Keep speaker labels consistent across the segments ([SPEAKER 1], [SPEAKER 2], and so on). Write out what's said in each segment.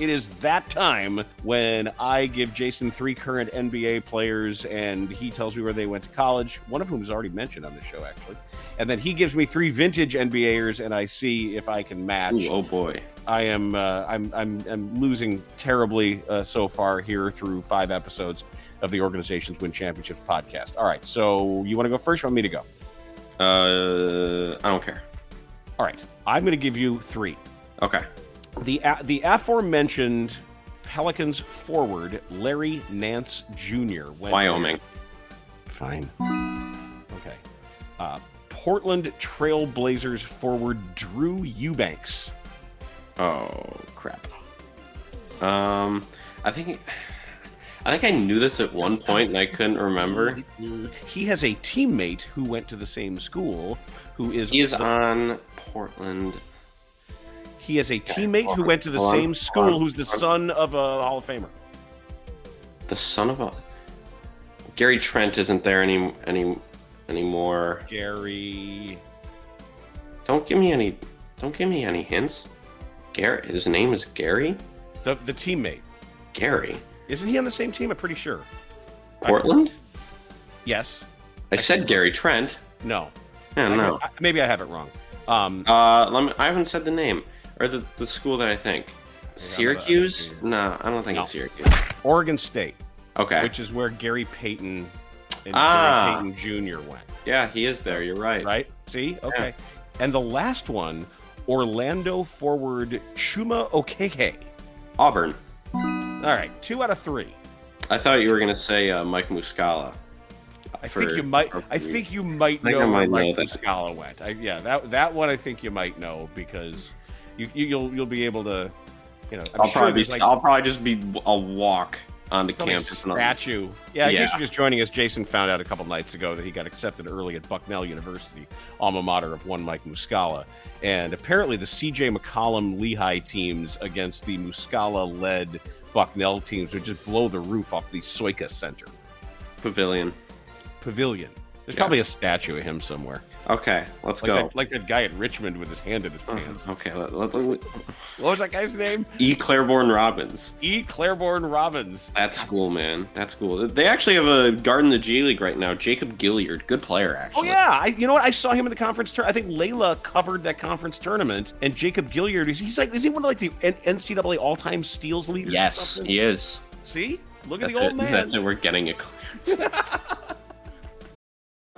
[SPEAKER 1] It is that time when I give Jason three current NBA players and he tells me where they went to college, one of whom is already mentioned on the show, actually. And then he gives me three vintage NBAers and I see if I can match.
[SPEAKER 2] Ooh, oh boy.
[SPEAKER 1] I am uh, I'm, I'm I'm losing terribly uh, so far here through five episodes of the organization's Win Championships podcast. All right, so you want to go first? Or you want me to go?
[SPEAKER 2] Uh, I don't care.
[SPEAKER 1] All right, I'm going to give you three.
[SPEAKER 2] Okay.
[SPEAKER 1] the the aforementioned Pelicans forward Larry Nance Jr. went-
[SPEAKER 2] Wyoming.
[SPEAKER 1] Fine. Okay. Uh, Portland Trailblazers forward Drew Eubanks.
[SPEAKER 2] Oh crap. Um, I think I think I knew this at one point and I couldn't remember.
[SPEAKER 1] He has a teammate who went to the same school, who is
[SPEAKER 2] He is on Portland.
[SPEAKER 1] he has a teammate who went to the
[SPEAKER 2] Hold on,
[SPEAKER 1] same
[SPEAKER 2] hold
[SPEAKER 1] school,
[SPEAKER 2] on,
[SPEAKER 1] who's the
[SPEAKER 2] hold on.
[SPEAKER 1] son of a Hall of Famer.
[SPEAKER 2] The son of a Gary Trent isn't there any any anymore.
[SPEAKER 1] Gary.
[SPEAKER 2] Don't give me any. Don't give me any hints. Gary. His name is Gary.
[SPEAKER 1] The the teammate
[SPEAKER 2] Gary.
[SPEAKER 1] isn't he on the same team? I'm pretty sure.
[SPEAKER 2] Portland.
[SPEAKER 1] Yes.
[SPEAKER 2] I said Gary Trent.
[SPEAKER 1] No.
[SPEAKER 2] I don't
[SPEAKER 1] I-
[SPEAKER 2] know.
[SPEAKER 1] I- maybe I have it wrong. Um,
[SPEAKER 2] Uh, let me, I haven't said the name or the, the school that I think.
[SPEAKER 1] I don't know.
[SPEAKER 2] Syracuse? No, I don't think
[SPEAKER 1] uh, No.
[SPEAKER 2] it's Syracuse.
[SPEAKER 1] Oregon State,
[SPEAKER 2] Okay.
[SPEAKER 1] which is where Gary Payton and
[SPEAKER 2] Ah.
[SPEAKER 1] Gary Payton Jr. went.
[SPEAKER 2] yeah, he is there. You're right.
[SPEAKER 1] Right? See? Okay. And the last one, Orlando forward Chuma Okeke.
[SPEAKER 2] Auburn.
[SPEAKER 1] All right, two out of three.
[SPEAKER 2] I thought you were gonna say uh, Mike Muscala.
[SPEAKER 1] I
[SPEAKER 2] For-
[SPEAKER 1] think you might.
[SPEAKER 2] for-
[SPEAKER 1] I think you might
[SPEAKER 2] I think
[SPEAKER 1] know
[SPEAKER 2] I
[SPEAKER 1] where
[SPEAKER 2] might
[SPEAKER 1] Mike
[SPEAKER 2] know that.
[SPEAKER 1] Muscala went. I, yeah, that that one I think you might know because you, you you'll you'll be able to, you know. I'm
[SPEAKER 2] I'll
[SPEAKER 1] sure
[SPEAKER 2] probably
[SPEAKER 1] there's,
[SPEAKER 2] be,
[SPEAKER 1] like,
[SPEAKER 2] I'll probably just be a walk on the
[SPEAKER 1] Some big
[SPEAKER 2] campus. and I'll-
[SPEAKER 1] statue. Yeah, I guess
[SPEAKER 2] Yeah.
[SPEAKER 1] you're just joining us. Jason found out a couple nights ago that he got accepted early at Bucknell University, alma mater of one Mike Muscala. And apparently, the CJ McCollum Lehigh teams against the Muscala led Bucknell teams would just blow the roof off the Soika Center
[SPEAKER 2] Pavilion.
[SPEAKER 1] Pavilion. There's
[SPEAKER 2] Yeah.
[SPEAKER 1] probably a statue of him somewhere.
[SPEAKER 2] Okay, let's
[SPEAKER 1] Like,
[SPEAKER 2] go. Uh, Uh-huh.
[SPEAKER 1] that, like that guy at Richmond with his hand in his pants.
[SPEAKER 2] okay, let, let, let-
[SPEAKER 1] What was that guy's name?
[SPEAKER 2] E. Claiborne Robbins.
[SPEAKER 1] E. Claiborne Robbins.
[SPEAKER 2] That's cool, man. That's cool. They actually have a guard in the G League right now. Jacob Gilliard, good player, actually.
[SPEAKER 1] Oh yeah, I, you know what? I saw him in the conference tour. I think Layla covered that conference tournament, and Jacob Gilliard. He's, he's like, is he one of like the N- NCAA all-time steals leaders? or
[SPEAKER 2] Yes,
[SPEAKER 1] something?
[SPEAKER 2] he is.
[SPEAKER 1] See, look at
[SPEAKER 2] That's
[SPEAKER 1] the old
[SPEAKER 2] it.
[SPEAKER 1] man.
[SPEAKER 2] That's it. We're getting a clearance.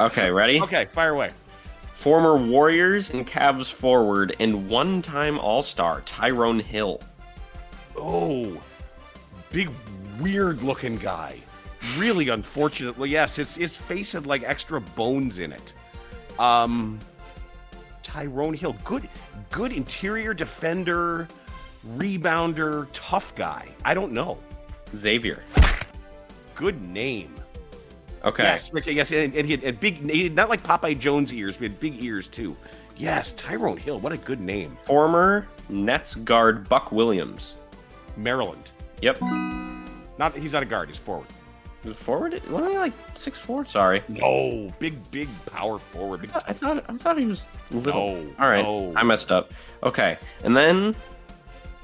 [SPEAKER 2] Okay, ready?
[SPEAKER 1] Okay, fire away.
[SPEAKER 2] Former Warriors and Cavs forward and one time All Star Tyrone Hill.
[SPEAKER 1] Oh, big weird looking guy. Really unfortunately, yes, his his face had like extra bones in it. Um Tyrone Hill, good good interior defender, rebounder, tough guy. I don't know.
[SPEAKER 2] Xavier.
[SPEAKER 1] Good name.
[SPEAKER 2] Okay.
[SPEAKER 1] Yes, Rick, yes, and, and he had and big he had not like Popeye Jones ears, but he had big ears too. Yes, Tyrone Hill, what a good name.
[SPEAKER 2] Former Nets guard Buck Williams.
[SPEAKER 1] Maryland.
[SPEAKER 2] Yep.
[SPEAKER 1] Not he's not a guard, he's forward.
[SPEAKER 2] Forward? Wasn't he like six four? Sorry.
[SPEAKER 1] No, big, big power forward. Big,
[SPEAKER 2] I thought I thought he was little.
[SPEAKER 1] No,
[SPEAKER 2] All right,
[SPEAKER 1] no.
[SPEAKER 2] I messed up. Okay, and then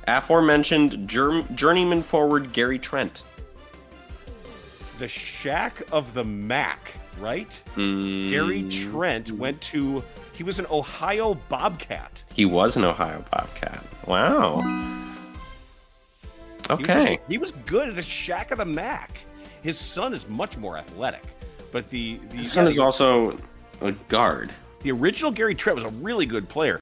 [SPEAKER 2] aforementioned germ- journeyman forward Gary Trent.
[SPEAKER 1] the shack of the Mac, right?
[SPEAKER 2] Mm,
[SPEAKER 1] Gary Trent went to he was an Ohio Bobcat.
[SPEAKER 2] He was an Ohio Bobcat. Wow.
[SPEAKER 1] He
[SPEAKER 2] Okay.
[SPEAKER 1] was, he was good at the shack of the Mac. His son is much more athletic, but the the,
[SPEAKER 2] His son
[SPEAKER 1] yeah,
[SPEAKER 2] is
[SPEAKER 1] the-
[SPEAKER 2] also a guard.
[SPEAKER 1] the original Gary Trent was a really good player.